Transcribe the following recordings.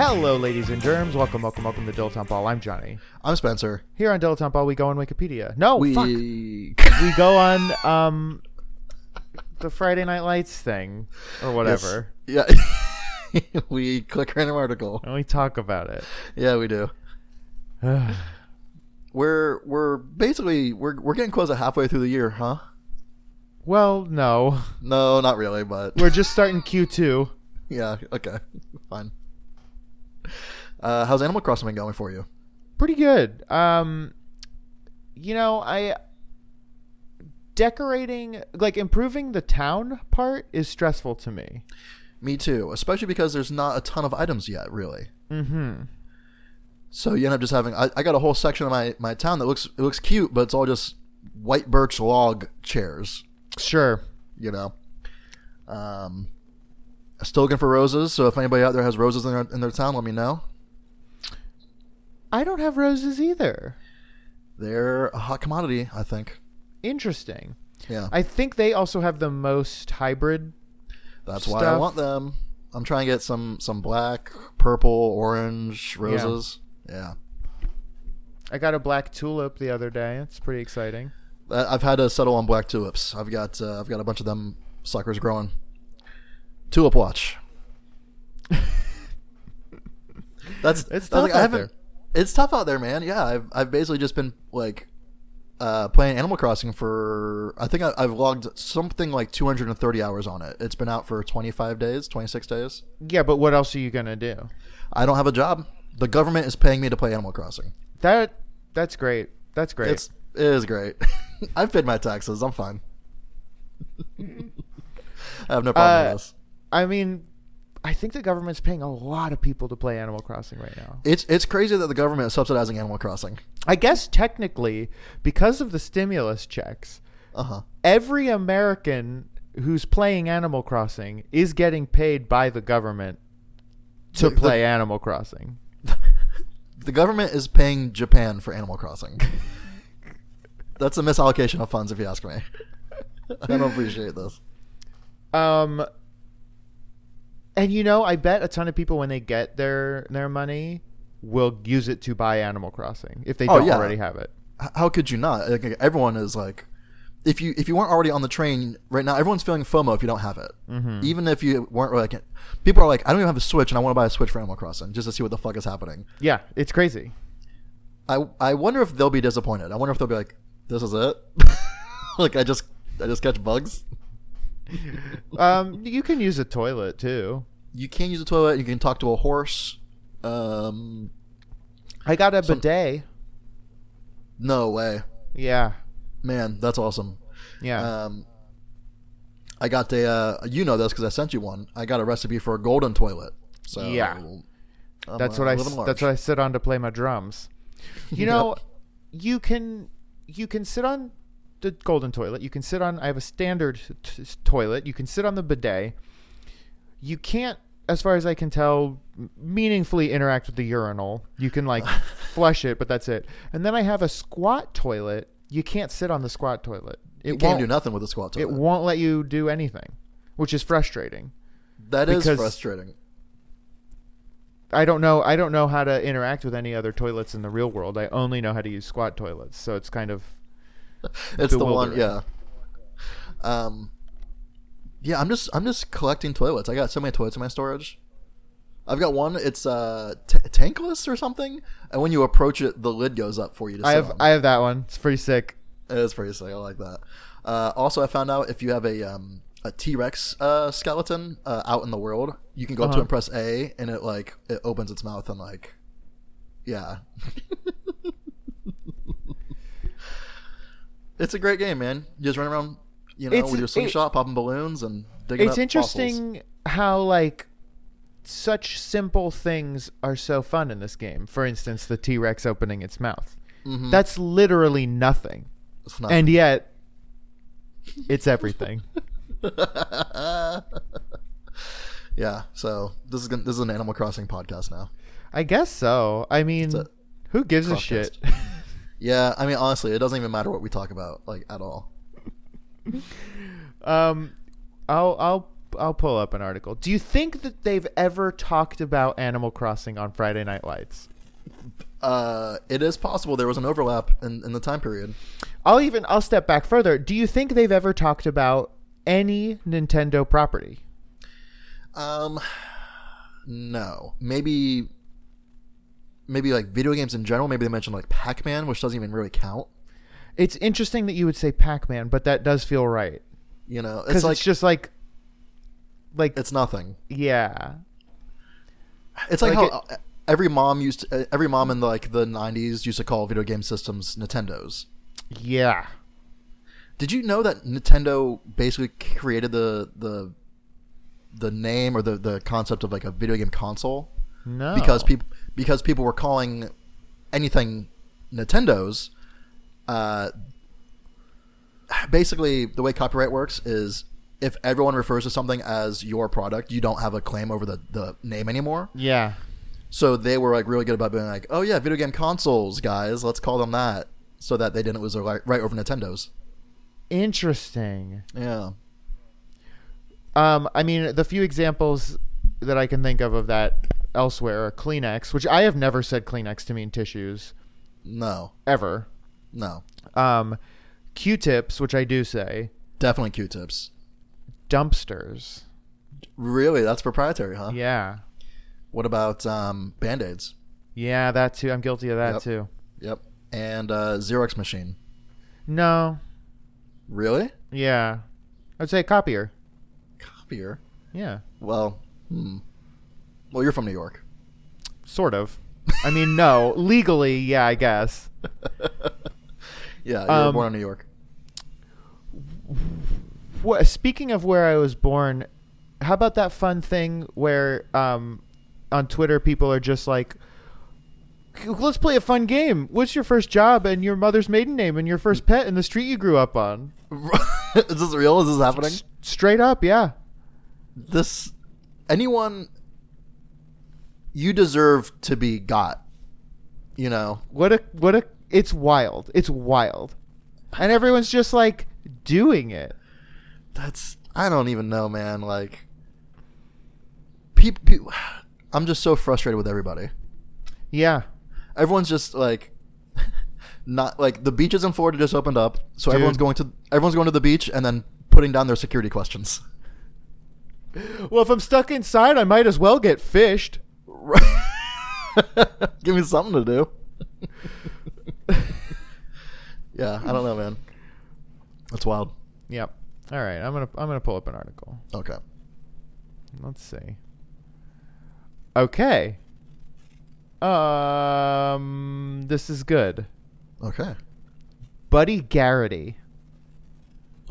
Hello, ladies and germs. Welcome, welcome, welcome to Dilettante Ball. I'm Johnny. I'm Spencer. Here on Dilettante Ball, we go on Wikipedia. No, Oh, fuck. We we go on um, the Friday Night Lights thing or whatever, yeah we click random article. and we talk about it. Yeah, we do. we're we're basically we're we're getting close to halfway through the year, huh? Well, no, No, not really, but we're just starting Q2. yeah, okay, fine. Uh, how's Animal Crossing been going for you? Pretty good. Um, you know, I decorating like improving the town part is stressful to me. Me too, especially because there's not a ton of items yet, really. Mm-hmm. So you end up just having I, I got a whole section of my my town that looks it looks cute, but it's all just white birch log chairs. Sure. you know. Um, still looking for roses. So if anybody out there has roses in their in their town, let me know. I don't have roses either. They're a hot commodity, I think. Interesting. Yeah, I think they also have the most hybrid. that's why I stuff. want them. I'm trying to get some some black, purple, orange roses. Yeah, I got a black tulip the other day. It's pretty exciting. I- Uh, I've had to settle on black tulips. I've got uh, I've got a bunch of them suckers growing. Tulip watch. That's It's that's tough like- out I haven't. It's tough out there, man. Yeah, I've I've basically just been like uh, playing Animal Crossing for I think I, I've logged something like 230 hours on it. It's been out for 25 days, 26 days. Yeah, but what else are you gonna do? I don't have a job. The government is paying me to play Animal Crossing. That that's great. That's great. It's it is great. I've paid my taxes. I'm fine. I have no problem Uh, with this. I mean, I think the government's paying a lot of people to play Animal Crossing right now. It's it's crazy that the government is subsidizing Animal Crossing. I guess technically, because of the stimulus checks, Uh Uh-huh. huh. every American who's playing Animal Crossing is getting paid by the government to The- the- play Animal Crossing. The government is paying Japan for Animal Crossing. That's a misallocation of funds, if you ask me. I don't appreciate this. Um, and you know, I bet a ton of people when they get their their money will use it to buy Animal Crossing if they Oh, don't yeah. already have it. H- How could you not? Like, everyone is like, if you if you weren't already on the train right now, everyone's feeling FOMO if you don't have it. Even if you weren't like, people are like, I don't even have a Switch, and I want to buy a Switch for Animal Crossing just to see what the fuck is happening. Yeah, it's crazy. I I wonder if they'll be disappointed. I wonder if they'll be like, "This is it." like I just I just catch bugs. Um, you can use a toilet too. You can use a toilet. You can talk to a horse. Um, I got a Some- bidet. no way, Yeah, man, that's awesome. yeah. Um, I got a uh, you know this because I sent you one. I got a recipe for a golden toilet. So Yeah. I'm, that's uh, what I living s- large. that's what I sit on to play my drums. You know, you can you can sit on the golden toilet. You can sit on. I have a standard t- t- toilet. You can sit on the bidet. You can't, as far as I can tell, m- meaningfully interact with the urinal. You can like flush it, but that's it. And then I have a squat toilet. You can't sit on the squat toilet. It You can't won't. do nothing with a squat It toilet. won't let you do anything, which is frustrating. that is because- frustrating. I don't know. I don't know how to interact with any other toilets in the real world. I only know how to use squat toilets, so it's kind of it's the one yeah bewildering. um yeah i'm just i'm just collecting toilets i got so many toilets in my storage i've got one it's uh t- tankless or something and when you approach it the lid goes up for you to I sit have on. I have that one. It's pretty sick. it is pretty sick i like that uh also i found out if you have a um a t-rex uh skeleton uh, out in the world you can go up to Uh-huh. it and press a and it like it opens its mouth and like yeah It's a great game, man. You just run around, you know, It's- with your it- slingshot, popping balloons, and digging it's up interesting how like such simple things are so fun in this game. For instance, the T Rex opening its mouth. Mhm. That's literally nothing, fossils. It's not- and yet it's everything. yeah, so this is gonna, this is an Animal Crossing podcast now. I guess so. I mean, a who gives a crosscast. shit? Yeah, I mean, honestly, it doesn't even matter what we talk about, like at all. um, I'll I'll I'll pull up an article. Do you think that they've ever talked about Animal Crossing on Friday Night Lights? Uh, it is possible there was an overlap in, in the time period. I'll even I'll step back further. Do you think they've ever talked about any Nintendo property? Um, no, maybe, maybe like video games in general. Maybe they mentioned like Pac-Man, which doesn't even really count. It's interesting that you would say Pac-Man, but that does feel right You know, because it's it's, like just like, like it's nothing. yeah, It's like, Like how uh every mom used to, uh, every mom in like the '90s used to call video game systems Nintendos. yeah. Did you know that Nintendo basically created the the the name or the, the concept of like a video game console No, because people because people were calling anything Nintendo's. Uh, basically, the way copyright works is if everyone refers to something as your product, you don't have a claim over the, the name anymore. yeah, So they were like really good about being like, oh yeah, video game consoles, guys, let's call them that, so that they didn't lose their right, right over Nintendo's. interesting. Yeah. Um, I mean, the few examples that I can think of of that elsewhere are Kleenex, which I have never said Kleenex to mean tissues No. ever. No. Um, Q-tips, which I do say, Definitely Q-tips. dumpsters. Really, that's proprietary, huh? Yeah, What about um, Band-Aids? yeah, that too. I'm guilty of that Yep. too. Yep. And uh, Xerox machine. No, Really? yeah, I'd say copier. Copier. Yeah. Well, hmm. Well, you're from New York. Sort of. I mean, no. Legally, yeah, I guess. Yeah, you were Um, born in New York. What, speaking of where I was born, how about that fun thing where um, on Twitter people are just like, let's play a fun game. What's your first job and your mother's maiden name and your first pet and the street you grew up on? is this real? Is this happening? S- straight up, yeah. This anyone you deserve to be got. You know. What a what a it's wild. It's wild. And everyone's just like doing it. That's I don't even know, man. Like people, people I'm just so frustrated with everybody. Yeah. everyone's just like not like the beaches in Florida just opened up, so Dude. everyone's going to everyone's going to the beach and then putting down their security questions. Well, if I'm stuck inside, I might as well get fished. Give me something to do. yeah, I don't know, man. That's wild. Yep. All right. I'm gonna I'm gonna pull up an article. Okay. Let's see. Okay. Um, this is good. Okay. Buddy Garrity.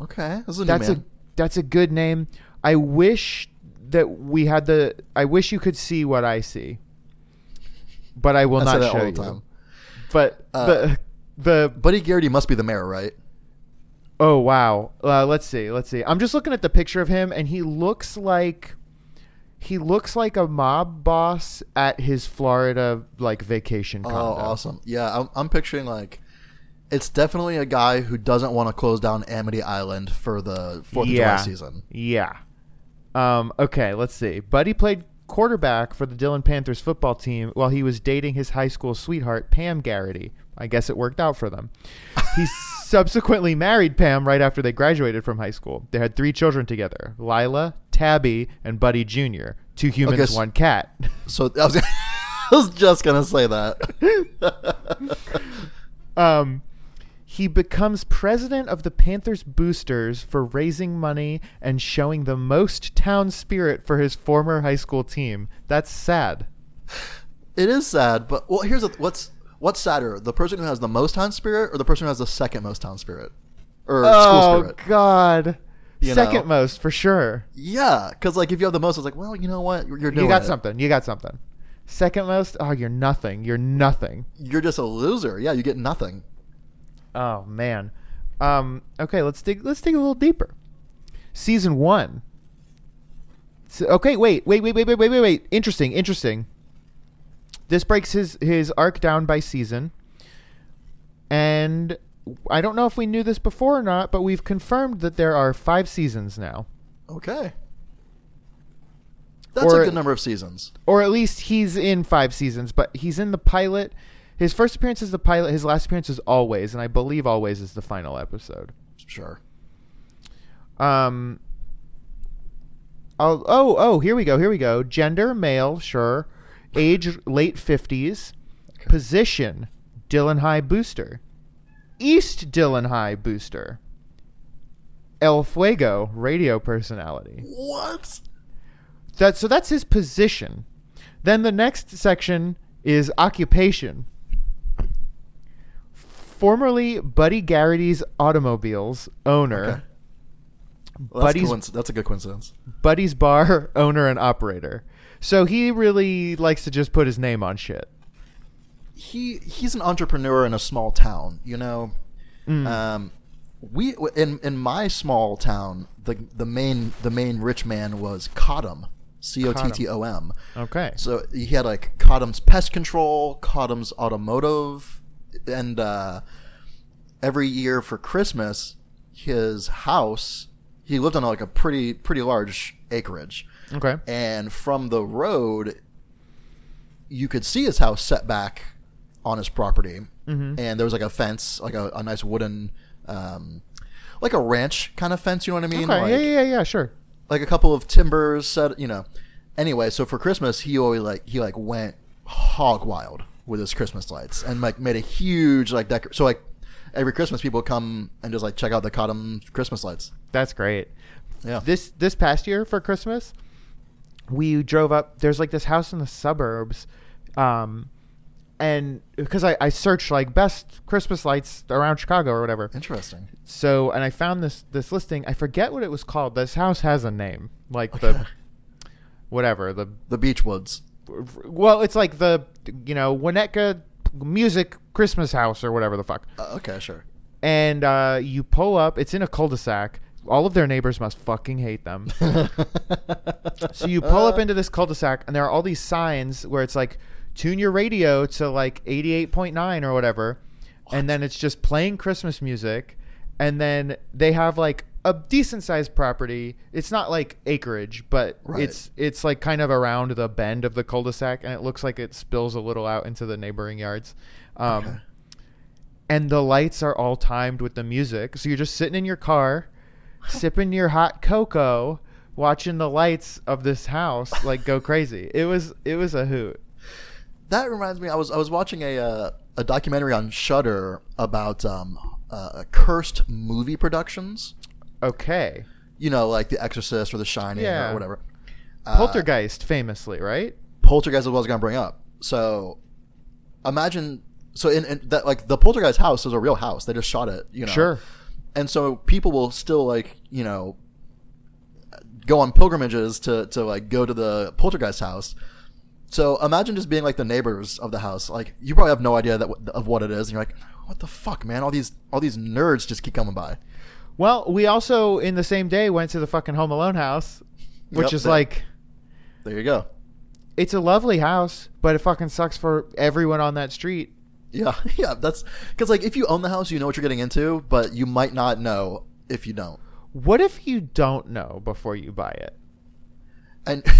Okay. This is a That's new a man. that's a good name. I wish that we had the. I wish you could see what I see, but I will I say not that show all the you. time. But Uh, the the Buddy Garrity must be the mayor, right? Oh wow. Uh, let's see. Let's see. I'm just looking at the picture of him, and he looks like he looks like a mob boss at his Florida like vacation. Condo. Oh, awesome. Yeah, I'm, I'm picturing like it's definitely a guy who doesn't want to close down Amity Island for the Fourth Yeah. of July season. Yeah. Um, okay. Let's see. Buddy played quarterback for the Dillon Panthers football team while he was dating his high school sweetheart Pam Garrity. I guess it worked out for them. He subsequently married Pam right after they graduated from high school. They had three children together: Lila, Tabby, and Buddy Jr. Two humans, Okay, s- one cat. So I was, I was just gonna say that. Um, he becomes president of the Panthers boosters for raising money and showing the most town spirit for his former high school team. That's sad. it is sad, but well, here's a, what's what's sadder: the person who has the most town spirit or the person who has the second most town spirit. or oh school spirit. God, You second know? most for sure. Yeah, because like if you have the most, it's like, well, you know what, you're, you're doing you got it. something. You got something. Second most. Oh, you're nothing. You're nothing. You're just a loser. Yeah, you get nothing. Oh man. Um, okay, let's dig. Let's dig a little deeper. Season one. So, okay, wait, wait, wait, wait, wait, wait, wait, wait. Interesting, interesting. This breaks his his arc down by season, and I don't know if we knew this before or not, but we've confirmed that there are five seasons now, Okay, that's Or- a good number of seasons. or at least he's in five seasons. But he's in the pilot. His first appearance is the pilot. His last appearance is always, and I believe always is the final episode. Sure. Um. I'll, oh, oh, here we go. Here we go. Gender, male, sure. Age, late 50s. Okay. Position, Dillon High Booster. East Dillon High Booster. El Fuego, radio personality. What? That, so that's his position. Then the next section is occupation. Formerly Buddy Garrity's Automobiles owner. Okay. Well, that's, Buddy's coinc- that's a good coincidence. Buddy's bar owner and operator. So he really likes to just put his name on shit. He he's an entrepreneur in a small town. You know, um, we in in my small town, the the main the main rich man was Cottom, C O T T O M. Okay. So he had like Cottom's Pest Control, Cottom's Automotive, and uh, every year for Christmas, his house he lived on like a pretty pretty large acreage, Okay. and from the road, you could see his house set back on his property, Mm-hmm. and there was like a fence, like a, a nice wooden, um, like a ranch kind of fence. You know what I mean? Okay. Like- yeah, yeah, yeah, yeah, sure. like a couple of timbers set you know anyway so for christmas he always like he like went hog wild with his christmas lights and like made a huge like decor so like every christmas people come and just like check out the cotton christmas lights That's great. yeah This this past year for Christmas, we drove up there's like this house in the suburbs. Um and because I, I searched like best Christmas lights around Chicago or whatever. interesting So and I found this this listing. I forget what it was called. This house has a name. Like Okay. the whatever, the the beach woods Uh, well, it's like the you know Winnetka music Christmas house or whatever the fuck. uh, okay sure And uh, you pull up. It's in a cul-de-sac. All of their neighbors must fucking hate them. so you pull Uh. up into this cul-de-sac, and there are all these signs where it's like, tune your radio to like eighty-eight point nine or whatever, and then it's just playing Christmas music. And then they have like a decent-sized property. It's not like acreage, but Right. it's it's like kind of around the bend of the cul-de-sac and it looks like it spills a little out into the neighboring yards um, Okay. and the lights are all timed with the music so you're just sitting in your car sipping your hot cocoa watching the lights of this house like go crazy it was it was a hoot that reminds me i was i was watching a uh, a documentary on shutter about um uh, cursed movie productions okay you know like the exorcist or the shining Yeah. or whatever Uh, poltergeist famously right poltergeist is what I was going to bring up. So imagine so in, in that like the poltergeist house is a real house. They just shot it, you know. Sure. And so people will still like you know go on pilgrimages to to like go to the poltergeist house. So imagine just being like the neighbors of the house. Like you probably have no idea that of what it is, and you're like, what the fuck, man? All these all these nerds just keep coming by. well we also in the same day went to the fucking home alone house which Yep, is that- like There you go. it's a lovely house but it fucking sucks for everyone on that street Yeah, yeah. That's because like if you own the house, you know what you're getting into, but you might not know if you don't. What if you don't know before you buy it? And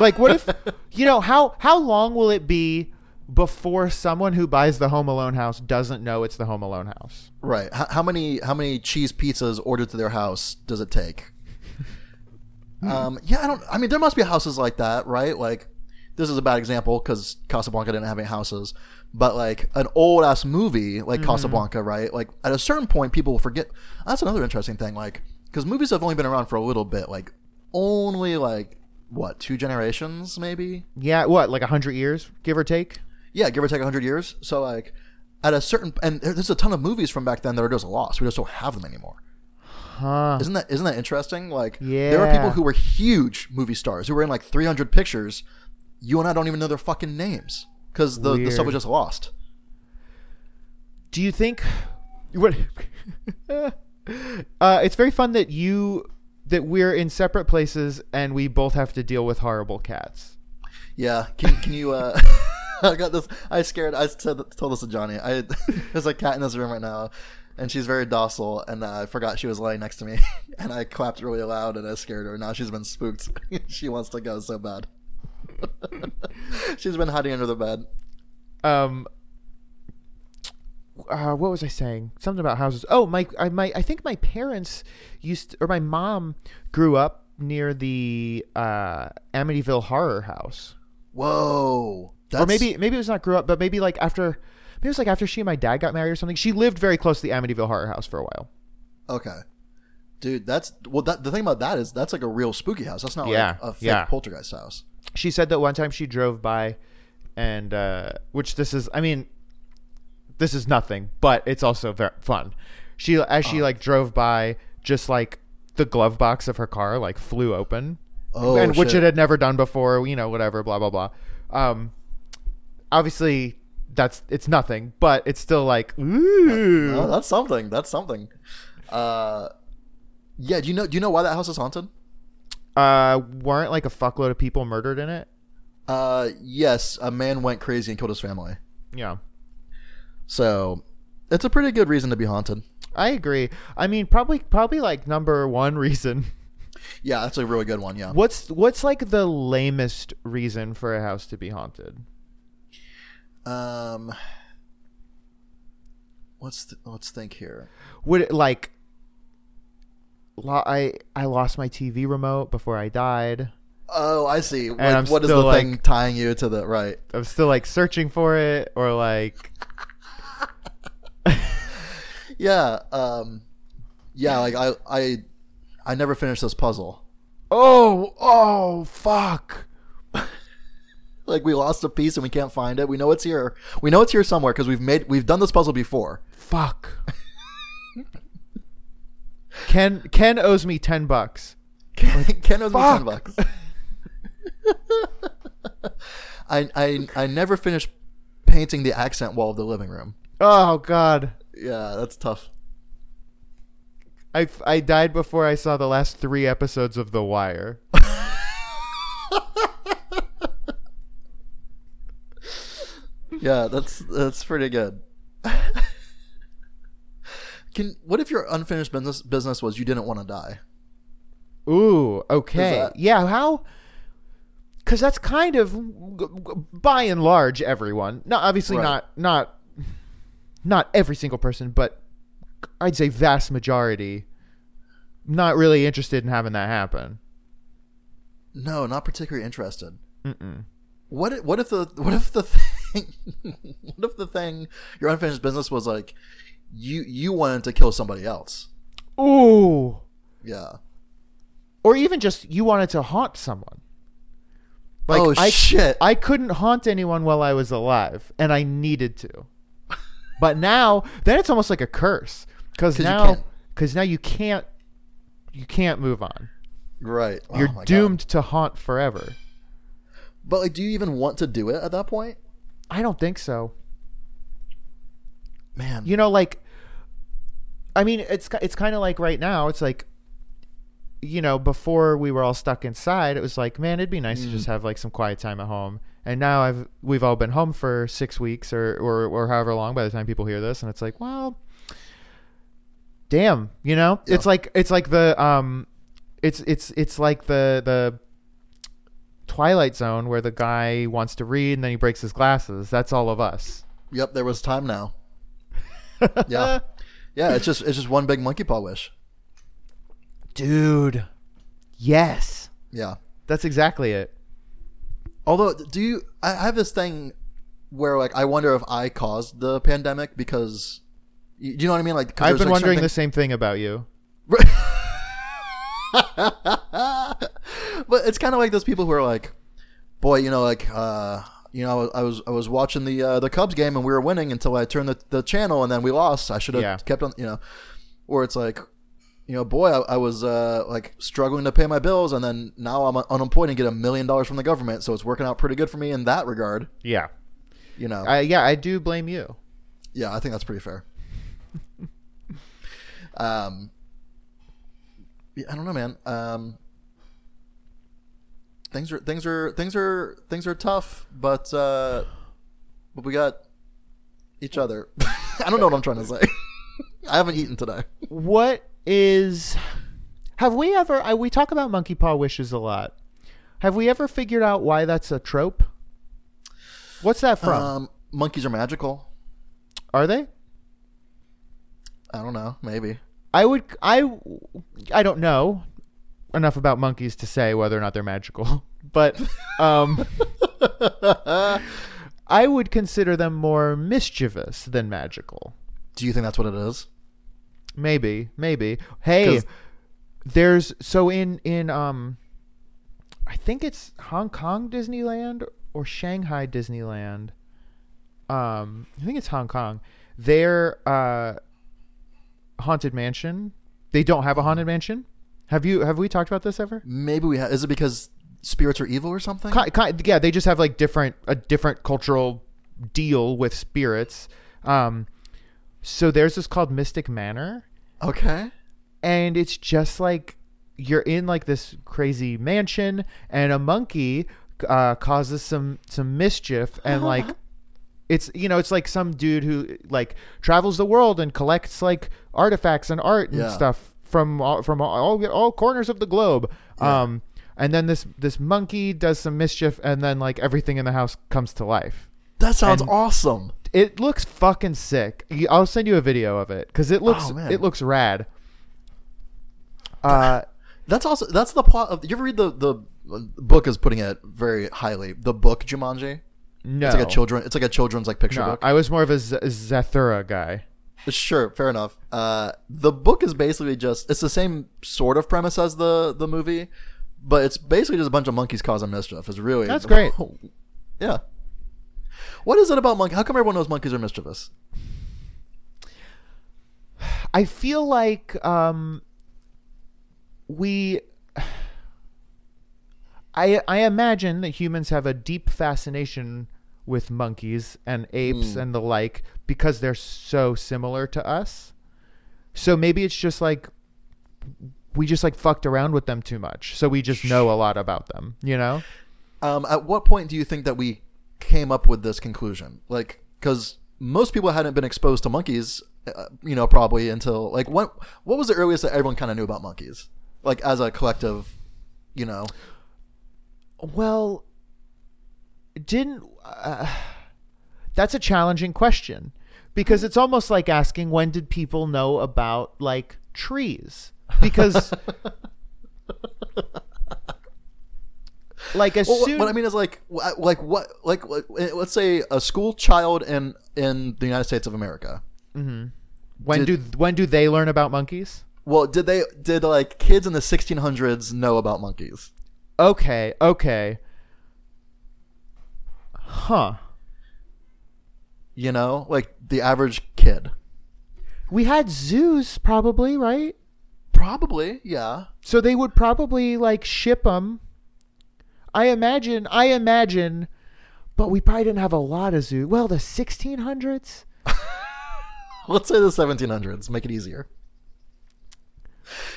Like what if you know how how long will it be before someone who buys the home alone house doesn't know it's the home alone house? Right. H- how many how many cheese pizzas ordered to their house does it take? um, yeah, I don't. I mean, there must be houses like that, right? Like, this is a bad example because Casablanca didn't have any houses, but like an old ass movie like Casablanca, right? Like at a certain point, people will forget. That's another interesting thing, like because movies have only been around for a little bit, like only like what two generations maybe Yeah, what, like 100 years, give or take? yeah, give or take hundred years. So like, at a certain and there- there's a ton of movies from back then that are just lost. We just don't have them anymore. Huh. Isn't that isn't that interesting? Like there are people Yeah. who were huge movie stars who were in like 300 pictures. You and I don't even know their fucking names because the, the stuff Weird. was just lost. Do you think what? uh, it's very fun that you that we're in separate places and we both have to deal with horrible cats. Yeah. Can, can you? Uh, I got this. I scared. I said, told this to Johnny. I there's a cat in this room right now, and she's very docile. And uh, I forgot she was lying next to me, and I clapped really loud, and I scared her. Now she's been spooked. she wants to go so bad. she's been hiding under the bed. Um. Uh, what was I saying? Something about houses. Oh, my, I, my, I think my parents used, or my mom grew up near the uh, Amityville Horror House. Whoa. That's, or maybe maybe it was not grew up, but maybe like after maybe it was like after she and my dad got married or something. She lived very close to the Amityville Horror House for a while. Okay. Dude, that's well. That the thing about that is that's like a real spooky house. That's not Yeah, like a fake yeah. poltergeist house. She said that one time she drove by, and uh, which this is, I mean, this is nothing, but it's also very fun. She as Oh. she like drove by, just like the glove box of her car like flew open, Oh, and which it shit. had never done before. You know, whatever, blah blah blah. Um, obviously that's it's nothing, but it's still like ooh. Oh, that's something. That's something. Uh, yeah. Do you know? Do you know why that house is haunted? uh weren't like a fuckload of people murdered in it Uh, yes. A man went crazy and killed his family. yeah So, it's a pretty good reason to be haunted. i agree i mean probably probably like number one reason Yeah, that's a really good one. Yeah. what's what's like the lamest reason for a house to be haunted Um. What's th- let's think here. would it like lo- i i lost my tv remote before i died Oh, I see. I'm Like, what is the still, thing like- tying you to the right? i'm still like searching for it or like Yeah. Um. Yeah. Like I, I, I never finished this puzzle. oh oh fuck Like we lost a piece and we can't find it. We know it's here. We know it's here somewhere because we've made we've done this puzzle before. fuck ken ken owes me 10 bucks Ken owes me Fuck. ten bucks. I, I I never finished painting the accent wall of the living room. oh god Yeah, that's tough. I, I died before I saw the last three episodes of The Wire. Yeah, that's that's pretty good. Can what if your unfinished business business was you didn't want to die? Ooh, okay. Is that- Yeah, how? Because that's kind of, g- g- by and large, everyone. Not obviously Right. not not not every single person, but I'd say vast majority. Not really interested in having that happen. No, not particularly interested. Mm-mm. What if, what if the what if the thing what if the thing your unfinished business was like you you wanted to kill somebody else? Ooh, Yeah. or even just you wanted to haunt someone. Like oh I shit. I couldn't haunt anyone while I was alive, and I needed to. But now, then it's almost like a curse because 'Cause you now, can't. because now you can't, you can't move on. right. Oh, You're my God. doomed to haunt forever. But like, do you even want to do it at that point? I don't think so. Man. You know, like, I mean, it's ki- it's kind of like right now. It's like, you know, before we were all stuck inside, it was like, man, it'd be nice to Mm. just have like some quiet time at home. And now I've we've all been home for six weeks or or, or however long by the time people hear this, and it's like, well, damn, you know, Yeah. it's like it's like the um, it's it's it's like the the Twilight Zone where the guy wants to read and then he breaks his glasses. That's all of us. yep. There was time now. Yeah. yeah. It's just it's just one big monkey paw wish. Dude. Yes. Yeah. That's exactly it. Although, do you? I I have this thing where like I wonder if I caused the pandemic because. You, do you know what I mean? Like 'cause I've there's, been like, wondering something- the same thing about you. but it's kind of like those people who are like, boy, you know, like, uh, You know, I was I was watching the uh, the Cubs game and we were winning until I turned the, the channel and then we lost. I should have Yeah. kept on. You know, or it's like, you know, boy, I, I was uh, like struggling to pay my bills and then now I'm unemployed and get a million dollars from the government, so it's working out pretty good for me in that regard. Yeah. You know, I, yeah, I do blame you. yeah, I think that's pretty fair. um, yeah, I don't know, man. Um, things are things are things are things are tough, but uh, but we got each other. I don't know what I'm trying to say. I haven't eaten today. What is. Have we ever. I, we talk about monkey paw wishes a lot. Have we ever figured out why that's a trope? What's that from? Um, monkeys are magical. Are they? I don't know. Maybe. I would. I. I don't know enough about monkeys to say whether or not they're magical, but um, I would consider them more mischievous than magical. Do you think that's what it is? Maybe, maybe. Hey, 'Cause- there's so in in um, I think it's Hong Kong Disneyland or Shanghai Disneyland. Um, I think it's Hong Kong. Their uh, haunted mansion. They don't have a haunted mansion. Have you? Have we talked about this ever? Maybe we ha Is it because spirits are evil or something? Ki ki yeah, they just have like different a different cultural deal with spirits. Um, so there's this called Mystic Manor. Okay. and it's just like you're in like this crazy mansion and a monkey uh, causes some some mischief and like it's you know it's like some dude who like travels the world and collects like artifacts and art and Yeah. stuff from all, from all all corners of the globe um and then this this monkey does some mischief and then like everything in the house comes to life That sounds And- awesome. it looks fucking sick. You- I'll send you a video of it because it looks Oh, man. it looks rad. Uh, That's also that's the plot of. You ever read the the uh, book is putting it very highly. The book Jumanji. no, It's like a children. It's like a children's like picture No, book. I was more of a Z- Zathura guy. sure, fair enough. Uh, the book is basically just it's the same sort of premise as the the movie, but it's basically just a bunch of monkeys causing mischief. Is really That's great. yeah. What is it about monkey? How come everyone knows monkeys are mischievous? I feel like um, we. I I imagine that humans have a deep fascination with monkeys and apes and the like because they're so similar to us. So maybe it's just like we just like fucked around with them too much, so we just know a lot about them. You know? Um, at what point do you think that we came up with this conclusion? Like, because most people hadn't been exposed to monkeys, uh, you know, probably until like what? What was the earliest that everyone kind of knew about monkeys? Like as a collective, you know, Well, didn't. Uh, that's a challenging question because it's almost like asking when did people know about like trees? Because. like as Well, soon what I mean is like, wh- like what, like what- let's say a school child in in the United States of America. when did- do when do they learn about monkeys? Well, did they did like kids in the 1600s know about monkeys? Okay, okay. Huh. You know, like the average kid. We had zoos probably, right? Probably, yeah. So they would probably like ship them. I imagine. I imagine. But we probably didn't have a lot of zoo. Well, the 1600s. Let's say the 1700s. Make it easier.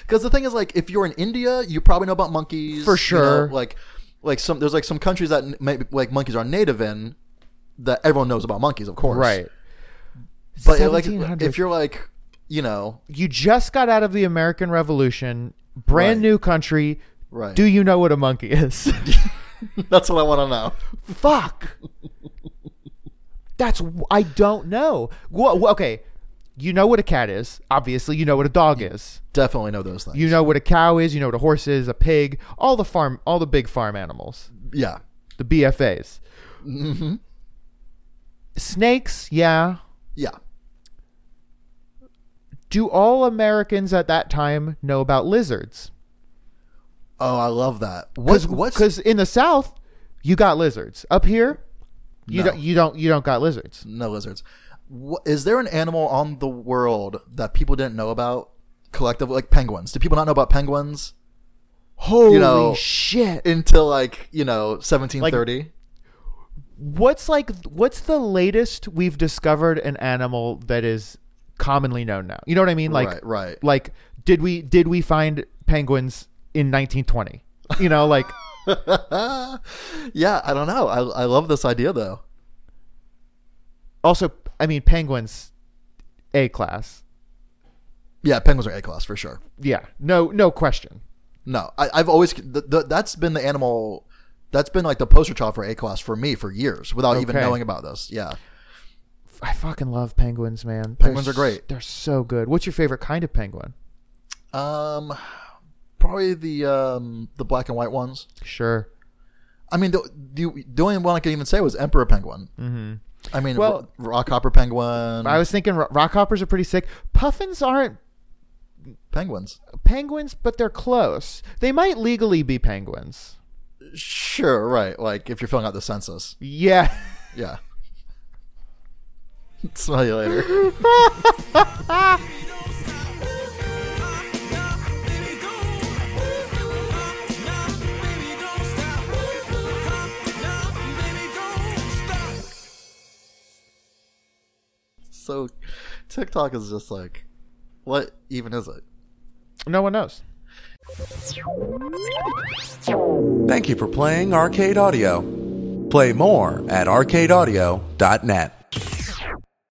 Because the thing is, like, if you're in India, you probably know about monkeys For you know, sure. like, like some there's like some countries that n- maybe like monkeys are native in that everyone knows about monkeys, of course. But it, like, 1700s. if you're like, you know, you just got out of the American Revolution, brand Right. new country. Right. Do you know what a monkey is? that's what I want to know. Fuck. That's I don't know. Wha- wha- okay, you know what a cat is. Obviously, you know what a dog is. Definitely know those things. You know what a cow is. You know what a horse is. A pig. All the farm. All the big farm animals. yeah. the BFAs. hmm Snakes, yeah. Yeah. Do all Americans at that time know about lizards? Oh, I love that. What? What's Because in the South, you got lizards. Up here, You No. don't you don't you don't got lizards. No lizards. Wh- Is there an animal on the world that people didn't know about collectively? Like penguins. Do people not know about penguins Holy know, shit. until like, you know, 1730? What's like what's the latest we've discovered an animal that is commonly known now? You know what I mean? Like right, right. like did we did we find penguins in 1920? You know, like Ah, yeah, I don't know. I, I love this idea though. also I mean penguins A class. Yeah, penguins are A class for sure. Yeah. No no question. No, I, I've always th th that's been the animal that's been like the poster child for A class for me for years without even Okay. knowing about this. Yeah, I fucking love penguins, man. Penguins They're are great. s- They're so good. What's your favorite kind of penguin? um, probably the um the black and white ones. Sure. I mean, the the, the only one I could even say was emperor penguin. Mm-hmm. I mean, Well- ro- rock hopper penguin. I was thinking ro- rockhoppers are pretty sick. Puffins aren't penguins. penguins, but they're close. They might legally be penguins. Sure, right. Like if you're filling out the census. Yeah. Yeah. Smell you later. so, TikTok is just like, what even is it? No one knows. Thank you for playing Arcade Audio. Play more at arcadeaudio.net.